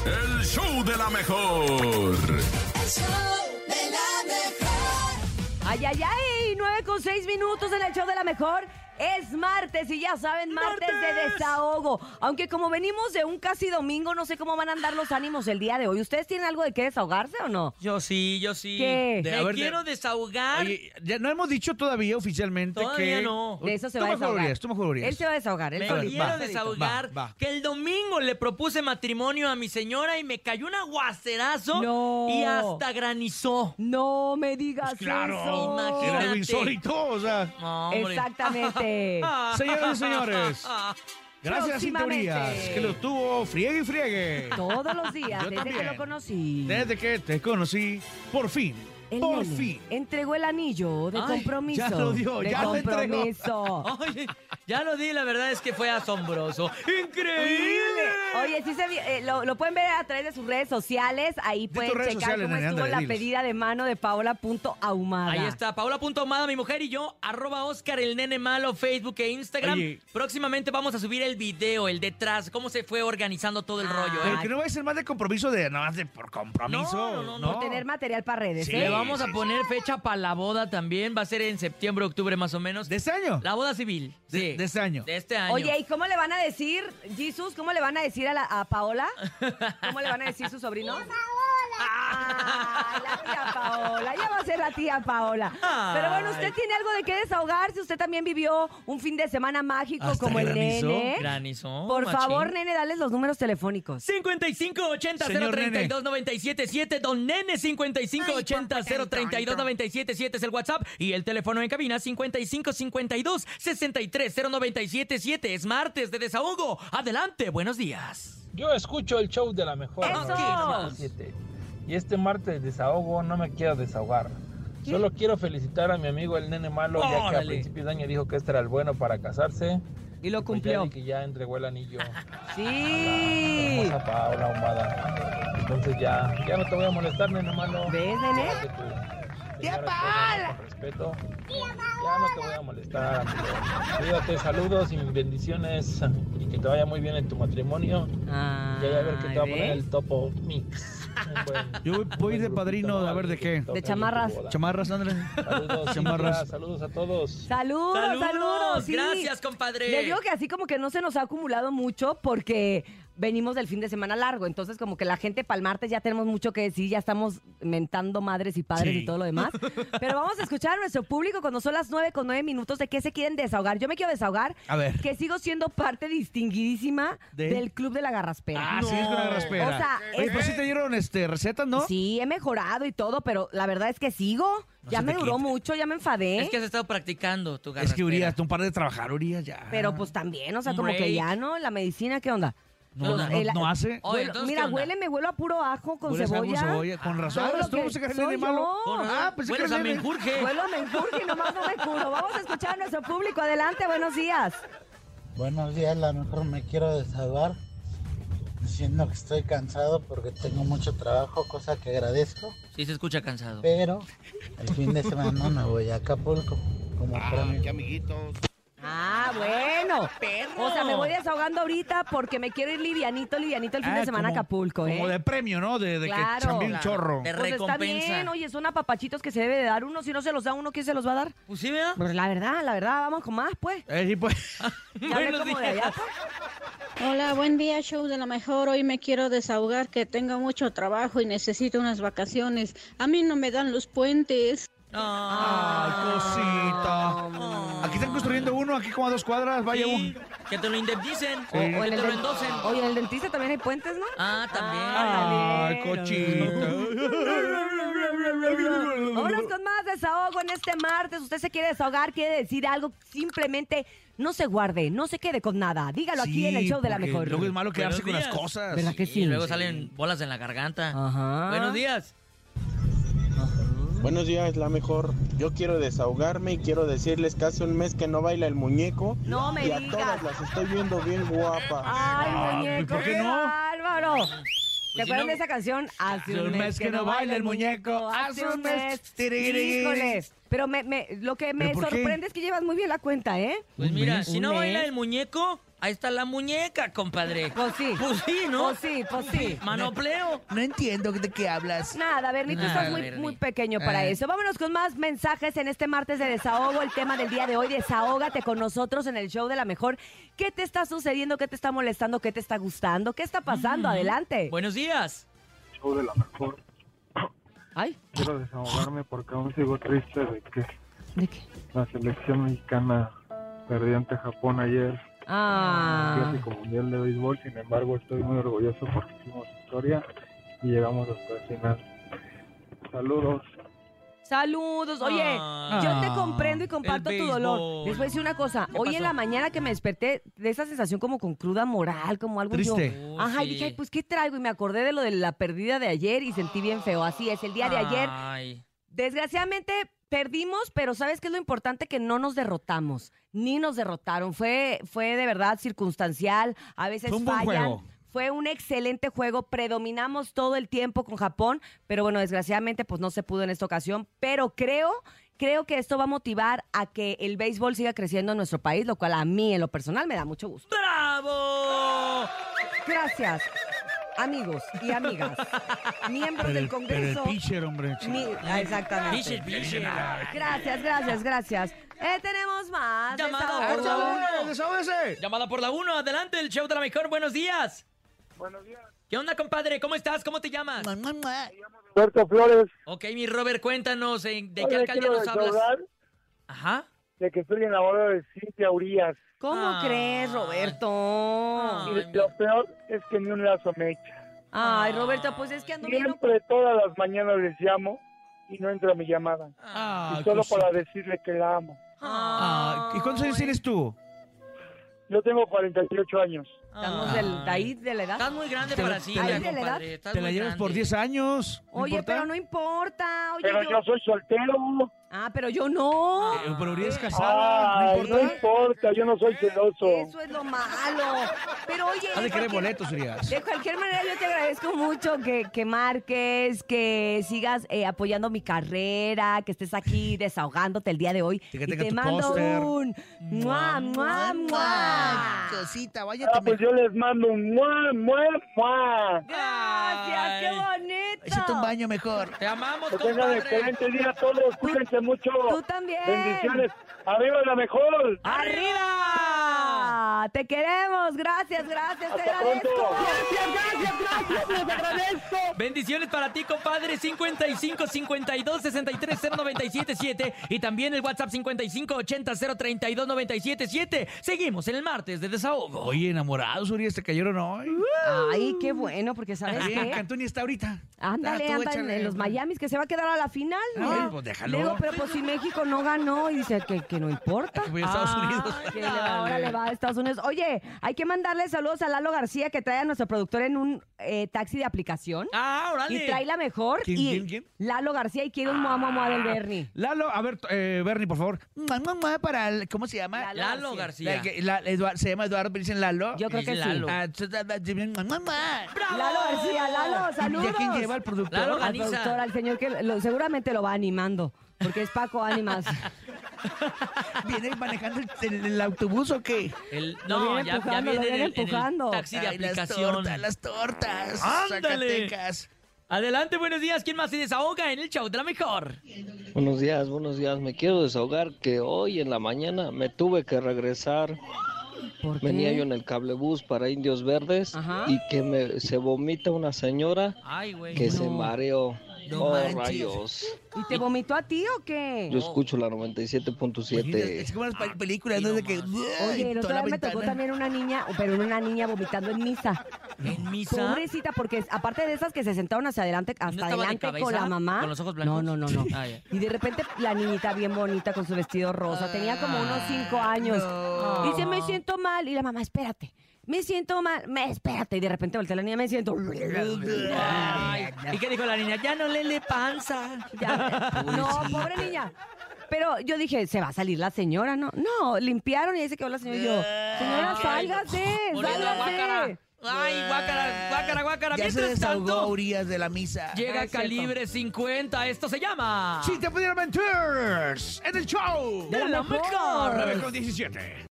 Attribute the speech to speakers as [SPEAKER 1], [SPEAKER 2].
[SPEAKER 1] El show de la mejor.
[SPEAKER 2] El show de la mejor.
[SPEAKER 3] Ay, ay, ay, 9 con 6 minutos en el show de la mejor. Es martes y ya saben, martes, de desahogo. Aunque como venimos de un casi domingo, no sé cómo van a andar los ánimos el día de hoy. ¿Ustedes tienen algo de qué desahogarse o no?
[SPEAKER 4] Yo sí, yo sí.
[SPEAKER 3] ¿Qué?
[SPEAKER 4] Me
[SPEAKER 5] De- a ver,
[SPEAKER 4] quiero desahogar.
[SPEAKER 5] Oye, ya no hemos dicho todavía oficialmente
[SPEAKER 4] Todavía
[SPEAKER 5] que...
[SPEAKER 4] no.
[SPEAKER 3] De eso se
[SPEAKER 5] tú
[SPEAKER 3] va a
[SPEAKER 5] mejor
[SPEAKER 3] desahogar.
[SPEAKER 5] Urias, tú mejor Urias.
[SPEAKER 3] Él se va a desahogar, él
[SPEAKER 4] me
[SPEAKER 3] solito.
[SPEAKER 4] quiero
[SPEAKER 5] va,
[SPEAKER 4] desahogar.
[SPEAKER 5] va, va.
[SPEAKER 4] Que el domingo le propuse matrimonio a mi señora y me cayó un aguacerazo
[SPEAKER 3] No.
[SPEAKER 4] y hasta granizó.
[SPEAKER 3] No me digas
[SPEAKER 5] Pues claro.
[SPEAKER 3] eso.
[SPEAKER 5] Era
[SPEAKER 4] Imagínate.
[SPEAKER 5] algo insólito, o sea...
[SPEAKER 4] No, hombre. Ah.
[SPEAKER 3] Exactamente.
[SPEAKER 5] Señoras y señores, gracias a Cinta
[SPEAKER 3] Próximamente.
[SPEAKER 5] Urias, que lo tuvo friegue y friegue.
[SPEAKER 3] Todos los días,
[SPEAKER 5] Yo
[SPEAKER 3] desde que
[SPEAKER 5] también.
[SPEAKER 3] lo conocí.
[SPEAKER 5] Desde que te conocí, por fin,
[SPEAKER 3] El
[SPEAKER 5] por
[SPEAKER 3] nene
[SPEAKER 5] fin.
[SPEAKER 3] Entregó el anillo de
[SPEAKER 4] Ay,
[SPEAKER 3] compromiso.
[SPEAKER 5] ya lo dio,
[SPEAKER 3] de
[SPEAKER 5] ya lo entregó.
[SPEAKER 3] compromiso.
[SPEAKER 4] Oye, ya lo di, la verdad es que fue asombroso.
[SPEAKER 3] Increíble.
[SPEAKER 4] ¡Increíble!
[SPEAKER 3] Oye, sí se vi- eh, lo, lo pueden ver a través de sus redes sociales. Ahí
[SPEAKER 5] Di
[SPEAKER 3] pueden
[SPEAKER 5] tus redes
[SPEAKER 3] checar
[SPEAKER 5] sociales,
[SPEAKER 3] cómo
[SPEAKER 5] nene,
[SPEAKER 3] estuvo
[SPEAKER 5] ándale,
[SPEAKER 3] la
[SPEAKER 5] diles.
[SPEAKER 3] pedida de mano de paola.ahumada.
[SPEAKER 4] Ahí está, Paola punto Ahumada, mi mujer y yo, arroba Oscar el nene malo, Facebook e Instagram.
[SPEAKER 5] Oye.
[SPEAKER 4] Próximamente vamos a subir el video, el detrás, cómo se fue organizando todo el
[SPEAKER 3] Ah,
[SPEAKER 4] rollo.
[SPEAKER 5] Pero
[SPEAKER 4] ¿eh?
[SPEAKER 5] que no va a ser más de compromiso de nada más de por compromiso.
[SPEAKER 4] No, no, no,
[SPEAKER 3] Por tener material para redes.
[SPEAKER 5] Sí.
[SPEAKER 3] ¿eh?
[SPEAKER 4] Le vamos
[SPEAKER 5] sí,
[SPEAKER 4] a
[SPEAKER 5] sí.
[SPEAKER 4] poner fecha para la boda también, va a ser en septiembre, octubre más o menos.
[SPEAKER 5] ¿De ese año?
[SPEAKER 4] La boda civil.
[SPEAKER 5] De-
[SPEAKER 4] sí.
[SPEAKER 5] de este año.
[SPEAKER 4] De este año.
[SPEAKER 3] Oye, ¿y cómo le van a decir, Jesús, cómo le van a decir a, la- a Paola? ¿Cómo le van a decir su sobrino? Ah, la tía Paola, ya va a ser la tía Paola. Pero bueno, usted
[SPEAKER 4] Ay.
[SPEAKER 3] tiene algo de qué desahogarse. Usted también vivió un fin de semana mágico
[SPEAKER 5] Hasta
[SPEAKER 3] como el
[SPEAKER 5] granizó,
[SPEAKER 3] nene.
[SPEAKER 4] granizó,
[SPEAKER 3] Por
[SPEAKER 4] machín.
[SPEAKER 3] favor, nene, dales los números telefónicos.
[SPEAKER 4] 5580-032-977, don Nene 5580-032-977 es el WhatsApp y el teléfono en cabina 5552-630977 es martes de desahogo. Adelante, buenos días.
[SPEAKER 6] Yo escucho el show de la mejor.
[SPEAKER 3] ¡Eso!
[SPEAKER 6] 97.7. Y este martes desahogo no me quiero desahogar. Solo quiero felicitar a mi amigo el nene malo, ya que a
[SPEAKER 4] Órale.
[SPEAKER 6] principios de año dijo que este era el bueno para casarse.
[SPEAKER 3] Y lo
[SPEAKER 6] Pues ya
[SPEAKER 3] cumplió.
[SPEAKER 6] vi que ya entregó el anillo a la
[SPEAKER 3] Sí.
[SPEAKER 6] hermosa Paola Ahumada. Entonces ya, ya no te voy a molestar, nene malo.
[SPEAKER 3] ¿Ves, nene?
[SPEAKER 6] Llévate tu señora esposa Con respeto. Ya no te voy a molestar. amigo. Cuídate, saludos y bendiciones. Y que te vaya muy bien en tu matrimonio. Ya voy a ver qué te va a
[SPEAKER 3] Ay,
[SPEAKER 6] poner
[SPEAKER 3] ¿ves?
[SPEAKER 6] el topo mix. Un buen-
[SPEAKER 5] Yo voy-
[SPEAKER 6] un
[SPEAKER 5] voy
[SPEAKER 6] buen
[SPEAKER 5] de
[SPEAKER 6] grupito,
[SPEAKER 5] padrino,
[SPEAKER 6] ¿no?
[SPEAKER 5] a ver de qué.
[SPEAKER 6] Que toquen
[SPEAKER 3] De
[SPEAKER 6] tu
[SPEAKER 3] chamarras.
[SPEAKER 6] boda.
[SPEAKER 5] Chamarras, Andrés.
[SPEAKER 6] Saludos,
[SPEAKER 5] Chamarras.
[SPEAKER 6] Cintia, saludos a todos.
[SPEAKER 3] Saludos, saludos. sí.
[SPEAKER 4] Gracias, compadre.
[SPEAKER 3] Les digo que así como que no se nos ha acumulado mucho porque venimos del fin de semana largo. Entonces, como que la gente para el martes ya tenemos mucho que decir, ya estamos mentando madres y padres
[SPEAKER 5] Sí.
[SPEAKER 3] y todo lo demás. Pero vamos a escuchar a nuestro público cuando son las nueve con nueve minutos de qué se quieren desahogar. Yo me quiero desahogar
[SPEAKER 5] A ver.
[SPEAKER 3] que sigo siendo parte distinguidísima
[SPEAKER 5] ¿De?
[SPEAKER 3] del Club de la Garraspera.
[SPEAKER 5] Ah, sí, es con la raspera.
[SPEAKER 3] O sea,
[SPEAKER 5] Oye,
[SPEAKER 3] es-
[SPEAKER 5] pero sí te dieron este, recetas, ¿no?
[SPEAKER 3] Sí, he mejorado y todo, pero la verdad es que sigo.
[SPEAKER 5] No
[SPEAKER 3] ya
[SPEAKER 5] se
[SPEAKER 3] me
[SPEAKER 5] te
[SPEAKER 3] duró
[SPEAKER 5] quite.
[SPEAKER 3] mucho, ya me enfadé.
[SPEAKER 4] Es que has estado practicando tu
[SPEAKER 5] Es que
[SPEAKER 4] garraspera.
[SPEAKER 5] Urias, tú un par de trabajar, Urias, ya.
[SPEAKER 3] Pero pues también, o sea,
[SPEAKER 4] Un
[SPEAKER 3] como que
[SPEAKER 4] break.
[SPEAKER 3] ya no, la medicina, ¿qué onda?
[SPEAKER 5] No, no,
[SPEAKER 3] Los-
[SPEAKER 5] no-
[SPEAKER 3] el-
[SPEAKER 5] no hace.
[SPEAKER 4] Oye,
[SPEAKER 3] Huelo-
[SPEAKER 4] entonces,
[SPEAKER 3] mira,
[SPEAKER 4] ¿qué onda?
[SPEAKER 3] huele, me huelo a puro ajo con
[SPEAKER 5] Hueles algo
[SPEAKER 3] cebolla.
[SPEAKER 5] a cebolla, con razón.
[SPEAKER 3] todo
[SPEAKER 5] Ahora
[SPEAKER 3] lo
[SPEAKER 5] tú
[SPEAKER 3] que
[SPEAKER 5] vas a sacar el
[SPEAKER 3] soy
[SPEAKER 5] nene malo.
[SPEAKER 3] yo.
[SPEAKER 4] Con razón.
[SPEAKER 5] Ah, pensé que
[SPEAKER 4] Hueles
[SPEAKER 5] era
[SPEAKER 4] a
[SPEAKER 5] nene.
[SPEAKER 4] menjurje.
[SPEAKER 3] Huelo a menjurje y nomás no me curo. Vamos a escuchar a nuestro público. Adelante, buenos días.
[SPEAKER 7] Buenos días, a lo mejor me quiero desahogar diciendo que estoy cansado porque tengo mucho trabajo, cosa que agradezco,
[SPEAKER 4] Sí, se escucha cansado.
[SPEAKER 7] pero el fin de semana me voy a Acapulco, como para
[SPEAKER 3] Ah, bueno.
[SPEAKER 4] Perro.
[SPEAKER 3] O sea, me voy desahogando ahorita porque me quiero ir livianito, livianito el fin
[SPEAKER 5] Ah,
[SPEAKER 3] de semana a
[SPEAKER 5] como-
[SPEAKER 3] Acapulco, ¿eh?
[SPEAKER 5] Como de premio, ¿no? De, de
[SPEAKER 3] Claro.
[SPEAKER 5] que chambeé un
[SPEAKER 4] Claro.
[SPEAKER 5] chorro.
[SPEAKER 4] Te
[SPEAKER 3] Pues está
[SPEAKER 4] recompensa.
[SPEAKER 3] bien, oye, son apapachitos que se debe de dar uno. Si no se los da uno, ¿quién se los va a dar?
[SPEAKER 4] Pues sí, ¿verdad?
[SPEAKER 3] Pues la verdad, la verdad, vamos con más, pues.
[SPEAKER 5] Eh, sí, pues.
[SPEAKER 3] Ya hablé
[SPEAKER 4] Buenos
[SPEAKER 3] como de allá,
[SPEAKER 4] días.
[SPEAKER 3] pues.
[SPEAKER 8] Hola, buen día, show de la mejor. Hoy me quiero desahogar que tengo mucho trabajo y necesito unas vacaciones. A mí no me dan los puentes.
[SPEAKER 4] Ah,
[SPEAKER 5] Ay, cosita. Aquí están construyendo uno, aquí como a dos cuadras, vaya
[SPEAKER 4] sí.
[SPEAKER 5] uno.
[SPEAKER 4] Que te lo indemnicen. O,
[SPEAKER 5] Sí.
[SPEAKER 3] O
[SPEAKER 4] que
[SPEAKER 3] en
[SPEAKER 4] te
[SPEAKER 3] el
[SPEAKER 4] lo
[SPEAKER 3] dent-
[SPEAKER 4] endocen.
[SPEAKER 3] Oye, en el dentista también hay puentes, ¿no?
[SPEAKER 4] Ah, también.
[SPEAKER 5] Ay,
[SPEAKER 3] Ándale. Vámonos
[SPEAKER 5] cochita.
[SPEAKER 3] con más desahogo en este martes. Usted se quiere desahogar, quiere decir algo, simplemente no se guarde, no se quede con nada. Dígalo aquí en el
[SPEAKER 5] Sí,
[SPEAKER 3] show de la
[SPEAKER 5] porque
[SPEAKER 3] mejor.
[SPEAKER 5] Luego es malo quedarse
[SPEAKER 4] Buenos
[SPEAKER 5] con las
[SPEAKER 4] días.
[SPEAKER 5] cosas.
[SPEAKER 3] ¿Verdad que sí?
[SPEAKER 4] Y luego salen bolas en la garganta.
[SPEAKER 3] Ajá.
[SPEAKER 4] Buenos días.
[SPEAKER 9] Buenos días, la mejor. Yo quiero desahogarme y quiero decirles que hace un mes que no baila el muñeco.
[SPEAKER 3] No me
[SPEAKER 9] y a
[SPEAKER 3] digas. Ah.
[SPEAKER 9] todas las estoy viendo bien guapa.
[SPEAKER 3] Ay, muñeco,
[SPEAKER 5] ¿por qué no?
[SPEAKER 3] bárbaro. ¿Te
[SPEAKER 4] si
[SPEAKER 3] acuerdan
[SPEAKER 4] no-
[SPEAKER 3] de esa canción? Hace un mes que no baila el muñeco. Hace un mes.
[SPEAKER 5] tirirí.
[SPEAKER 3] Híjoles. Pero me, me- lo que me
[SPEAKER 5] ¿Pero por qué?
[SPEAKER 3] sorprende es que llevas muy bien la cuenta, ¿eh?
[SPEAKER 4] Pues
[SPEAKER 5] Un
[SPEAKER 4] mira,
[SPEAKER 5] mes,
[SPEAKER 4] si
[SPEAKER 3] un
[SPEAKER 4] no baila
[SPEAKER 3] mes.
[SPEAKER 4] el muñeco, ahí está la muñeca, compadre.
[SPEAKER 3] Pues sí.
[SPEAKER 4] Pues sí, ¿no?
[SPEAKER 3] Pues sí, pues sí.
[SPEAKER 4] Manopleo.
[SPEAKER 5] No entiendo de qué hablas.
[SPEAKER 3] Nada, Bernie, tú
[SPEAKER 4] Nada,
[SPEAKER 3] estás muy,
[SPEAKER 4] Bernie.
[SPEAKER 3] muy pequeño para
[SPEAKER 4] Ah.
[SPEAKER 3] eso. Vámonos con más mensajes en este martes de desahogo. El tema del día de hoy, desahógate con nosotros en el show de la mejor. ¿Qué te está sucediendo? ¿Qué te está molestando? ¿Qué te está gustando? ¿Qué está pasando? Adelante.
[SPEAKER 4] Buenos días.
[SPEAKER 10] show de la mejor.
[SPEAKER 3] Ay,
[SPEAKER 10] Quiero desahogarme porque aún sigo triste de que
[SPEAKER 3] ¿de qué?
[SPEAKER 10] la selección mexicana perdió ante Japón ayer en el
[SPEAKER 3] Ah.
[SPEAKER 10] Clásico Mundial de Béisbol. Sin embargo, estoy muy orgulloso porque hicimos historia y llegamos hasta el final. Saludos.
[SPEAKER 3] Saludos. Oye,
[SPEAKER 4] Ah.
[SPEAKER 3] yo te comprendo y comparto
[SPEAKER 4] El
[SPEAKER 3] tu
[SPEAKER 4] béisbol.
[SPEAKER 3] dolor. Les voy a decir una cosa.
[SPEAKER 4] ¿Qué
[SPEAKER 3] Hoy en
[SPEAKER 4] pasó?
[SPEAKER 3] la mañana que me desperté de esa sensación como con cruda moral, como algo yo-
[SPEAKER 5] Triste.
[SPEAKER 4] Oh,
[SPEAKER 3] Ajá,
[SPEAKER 4] sí.
[SPEAKER 3] y dije, ay, pues ¿qué traigo? Y me acordé de lo de la pérdida de ayer y sentí bien feo. Así es, el día
[SPEAKER 4] Ah.
[SPEAKER 3] de ayer,
[SPEAKER 4] Ay.
[SPEAKER 3] desgraciadamente perdimos, pero ¿sabes qué es lo importante? Que no nos derrotamos, ni nos derrotaron. Fue, fue de verdad circunstancial, a veces
[SPEAKER 5] Fue un buen
[SPEAKER 3] fallan.
[SPEAKER 5] juego.
[SPEAKER 3] Fue un excelente juego, predominamos todo el tiempo con Japón, pero bueno, desgraciadamente pues no se pudo en esta ocasión, pero creo, creo que esto va a motivar a que el béisbol siga creciendo en nuestro país, lo cual a mí en lo personal me da mucho gusto.
[SPEAKER 4] ¡Bravo!
[SPEAKER 3] Gracias, amigos y amigas, miembros
[SPEAKER 5] Pero
[SPEAKER 3] del
[SPEAKER 5] el, pero el
[SPEAKER 3] Congreso.
[SPEAKER 5] pitcher, hombre.
[SPEAKER 3] mi- ah, exactamente.
[SPEAKER 4] Piches, piches.
[SPEAKER 3] Gracias, gracias, gracias. Eh, tenemos más.
[SPEAKER 4] Llamada
[SPEAKER 3] desahogo.
[SPEAKER 4] por la uno.
[SPEAKER 5] ¡Desahógese!
[SPEAKER 4] Llamada por la 1, adelante, el show de la mejor, buenos días.
[SPEAKER 10] Buenos días.
[SPEAKER 4] ¿Qué onda, compadre? ¿Cómo estás? ¿Cómo te llamas?
[SPEAKER 10] Roberto Flores.
[SPEAKER 4] Ok, mi Robert, cuéntanos, ¿en- ¿de qué alcaldía nos hablas? Ajá.
[SPEAKER 10] de que estoy enamorado de Cintia Urias.
[SPEAKER 3] ¿Cómo
[SPEAKER 4] Ay.
[SPEAKER 3] crees, Roberto?
[SPEAKER 4] Ay. Y lo
[SPEAKER 10] peor es que ni un lazo me echa.
[SPEAKER 3] Ay, Roberto, pues es que ando bien.
[SPEAKER 10] Siempre, todas las mañanas les llamo y no entra mi llamada.
[SPEAKER 5] Ah,
[SPEAKER 10] y
[SPEAKER 3] pues
[SPEAKER 10] solo
[SPEAKER 5] cosita.
[SPEAKER 10] para decirle que la amo.
[SPEAKER 5] Ah, ¿Y cuántos años tienes tú?
[SPEAKER 10] Yo tengo 48 años.
[SPEAKER 3] Estamos del, de ahí, de la edad.
[SPEAKER 4] Estás muy grande
[SPEAKER 5] Te-
[SPEAKER 4] para
[SPEAKER 5] te-
[SPEAKER 4] Cintia,
[SPEAKER 3] ¿Ahí de la edad?
[SPEAKER 4] compadre. estás
[SPEAKER 5] Te la
[SPEAKER 4] muy
[SPEAKER 5] llevas por
[SPEAKER 4] grande.
[SPEAKER 5] 10 años. ¿no
[SPEAKER 3] Oye,
[SPEAKER 5] importa?
[SPEAKER 3] pero no importa. Oye,
[SPEAKER 10] Pero
[SPEAKER 3] yo...
[SPEAKER 10] yo soy soltero.
[SPEAKER 3] Ah, pero yo no.
[SPEAKER 5] Eh, pero Uribe es casada.
[SPEAKER 10] Ay,
[SPEAKER 5] no
[SPEAKER 10] no
[SPEAKER 5] importa.
[SPEAKER 10] importa, yo no soy celoso.
[SPEAKER 3] Ah. Eso es lo malo. Pero oye,
[SPEAKER 5] Has de
[SPEAKER 3] de cualquier,
[SPEAKER 5] querer boletos, Urias.
[SPEAKER 3] de cualquier manera yo te agradezco mucho que, que marques, que sigas eh, apoyando mi carrera, que estés aquí desahogándote el día de hoy.
[SPEAKER 5] Que
[SPEAKER 3] y
[SPEAKER 5] tenga
[SPEAKER 3] te
[SPEAKER 5] tu
[SPEAKER 3] mando
[SPEAKER 5] póster.
[SPEAKER 3] un... ¡Mua, mua, mua!
[SPEAKER 5] Cosita,
[SPEAKER 10] Ah, pues yo les mando un mua, mua, mua.
[SPEAKER 3] Gracias, qué
[SPEAKER 4] Ay.
[SPEAKER 3] bonito.
[SPEAKER 5] mejor.
[SPEAKER 4] Te amamos,
[SPEAKER 10] Que tengan
[SPEAKER 4] compadre.
[SPEAKER 10] excelente día a todos. Cuídense mucho.
[SPEAKER 3] Tú también.
[SPEAKER 10] Bendiciones. Arriba la mejor.
[SPEAKER 4] ¡Arriba!
[SPEAKER 3] Ah, te queremos, gracias, gracias, te
[SPEAKER 10] Hasta
[SPEAKER 3] agradezco.
[SPEAKER 10] pronto.
[SPEAKER 3] Gracias, gracias, gracias, les agradezco.
[SPEAKER 4] Bendiciones para ti, compadre. 55 52 63 097 7 y también el WhatsApp 55 80 032 97 7. Seguimos en el martes de desahogo.
[SPEAKER 5] Oye, enamorados, Urias, te cayeron hoy.
[SPEAKER 3] Ay, qué bueno, porque sabes
[SPEAKER 5] Bien,
[SPEAKER 3] qué.
[SPEAKER 5] Cantoni está ahorita. Ah,
[SPEAKER 3] Ándale,
[SPEAKER 5] tú
[SPEAKER 3] anda en-
[SPEAKER 5] échale.
[SPEAKER 3] en los Miamis que se va a quedar a la final,
[SPEAKER 5] Ay,
[SPEAKER 3] ¿no?
[SPEAKER 5] pues déjalo.
[SPEAKER 3] Le digo, pero pues si México no ganó y dice que, que no importa.
[SPEAKER 5] Que voy a Estados
[SPEAKER 4] Ah.
[SPEAKER 5] Unidos.
[SPEAKER 3] Que le va- ahora le va a Estados Unidos. Oye, hay que mandarle saludos a Lalo García que trae a nuestro productor en un eh, taxi de aplicación.
[SPEAKER 4] Ah,
[SPEAKER 3] Y
[SPEAKER 4] órale.
[SPEAKER 3] trae la mejor.
[SPEAKER 5] ¿Quién,
[SPEAKER 3] y
[SPEAKER 5] quién, Ah, quién?
[SPEAKER 3] Lalo García y quiere un mua, mua, mua del Bernie.
[SPEAKER 5] Lalo, a ver, eh, Bernie, por favor. Mua, mua, mua, Para el- ¿Cómo se llama?
[SPEAKER 4] Lalo García.
[SPEAKER 5] La- que- la- Eduard- se llama Eduardo, pero dicen Lalo.
[SPEAKER 3] Yo creo
[SPEAKER 4] Es
[SPEAKER 3] que
[SPEAKER 4] Lalo.
[SPEAKER 3] sí.
[SPEAKER 5] Ah, tz- tz- tz- mua, mua, mua.
[SPEAKER 4] ¡Bravo!
[SPEAKER 3] Lalo García, Lalo, saludos.
[SPEAKER 5] Ah. ¿Y a quién lleva el productor?
[SPEAKER 4] Lalo
[SPEAKER 3] Al
[SPEAKER 4] Organiza.
[SPEAKER 3] productor, al señor que lo- seguramente lo va animando, porque es Paco Ánimas.
[SPEAKER 5] ¿Viene manejando el, el- el autobús o qué?
[SPEAKER 4] El-
[SPEAKER 3] Lo
[SPEAKER 4] no,
[SPEAKER 3] viene
[SPEAKER 4] ya, ya
[SPEAKER 3] empujando, lo
[SPEAKER 4] viene en
[SPEAKER 3] viene
[SPEAKER 4] el, en el
[SPEAKER 3] empujando.
[SPEAKER 4] taxi de
[SPEAKER 5] Ay, las
[SPEAKER 4] aplicación.
[SPEAKER 5] tortas, las tortas.
[SPEAKER 4] Ándale.
[SPEAKER 5] Zacatecas.
[SPEAKER 4] Adelante, buenos días. ¿Quién más se desahoga en el show de la mejor?
[SPEAKER 11] Buenos días, buenos días. Me quiero desahogar que hoy en la mañana me tuve que regresar.
[SPEAKER 3] ¿Por qué?
[SPEAKER 11] Venía yo en el cablebús para Indios Verdes
[SPEAKER 3] Ajá.
[SPEAKER 11] y que me, se vomita una señora
[SPEAKER 4] Ay, güey.
[SPEAKER 11] que se
[SPEAKER 3] no.
[SPEAKER 11] mareó.
[SPEAKER 5] No
[SPEAKER 11] oh,
[SPEAKER 5] manches.
[SPEAKER 11] rayos.
[SPEAKER 3] ¿Y te vomitó a ti o qué?
[SPEAKER 11] Yo escucho la
[SPEAKER 5] Imagínate, Es
[SPEAKER 11] 97.7.
[SPEAKER 5] como las pe- películas,
[SPEAKER 4] y
[SPEAKER 5] ¿no?
[SPEAKER 4] no
[SPEAKER 5] De que.
[SPEAKER 4] más.
[SPEAKER 3] Oye, el
[SPEAKER 5] ¡ay!
[SPEAKER 3] otro
[SPEAKER 5] toda la
[SPEAKER 3] día me tocó
[SPEAKER 5] ventana.
[SPEAKER 3] también una niña, pero una niña vomitando en misa.
[SPEAKER 4] ¿En misa?
[SPEAKER 3] Pobrecita, porque es- aparte de esas que se sentaron hacia adelante, hasta
[SPEAKER 4] estaba de
[SPEAKER 3] adelante con
[SPEAKER 4] cabeza?
[SPEAKER 3] la mamá.
[SPEAKER 4] ¿Con los ojos blancos?
[SPEAKER 3] No, no, no, no.
[SPEAKER 4] Ah, ya.
[SPEAKER 3] Y de repente la niñita bien bonita con su vestido rosa, tenía como unos
[SPEAKER 4] Ah,
[SPEAKER 3] cinco años.
[SPEAKER 5] no.
[SPEAKER 3] Dice, me siento mal. Y la mamá, espérate, me siento mal, me espérate. Y de repente voltea la niña, me siento.
[SPEAKER 4] Ay, ¿Y qué dijo la niña? Ya no le le panza.
[SPEAKER 3] Ya. No, pobre niña. Pero yo dije, se va a salir la señora, ¿no? No, limpiaron y dice que va la señora. Y yo, señora,
[SPEAKER 4] Ay.
[SPEAKER 3] sálgase,
[SPEAKER 4] Oliendo Ah, a
[SPEAKER 3] sálgase.
[SPEAKER 4] guácara. Ay, guácara, guácara, guácara.
[SPEAKER 12] Ya se
[SPEAKER 4] Mientras
[SPEAKER 12] desahogó
[SPEAKER 4] tanto,
[SPEAKER 12] Urias de la misa.
[SPEAKER 4] llega Calibre 50. Esto se llama...
[SPEAKER 5] Si te pudieran mentores en el show
[SPEAKER 4] De la mejor.
[SPEAKER 5] 9 con 17.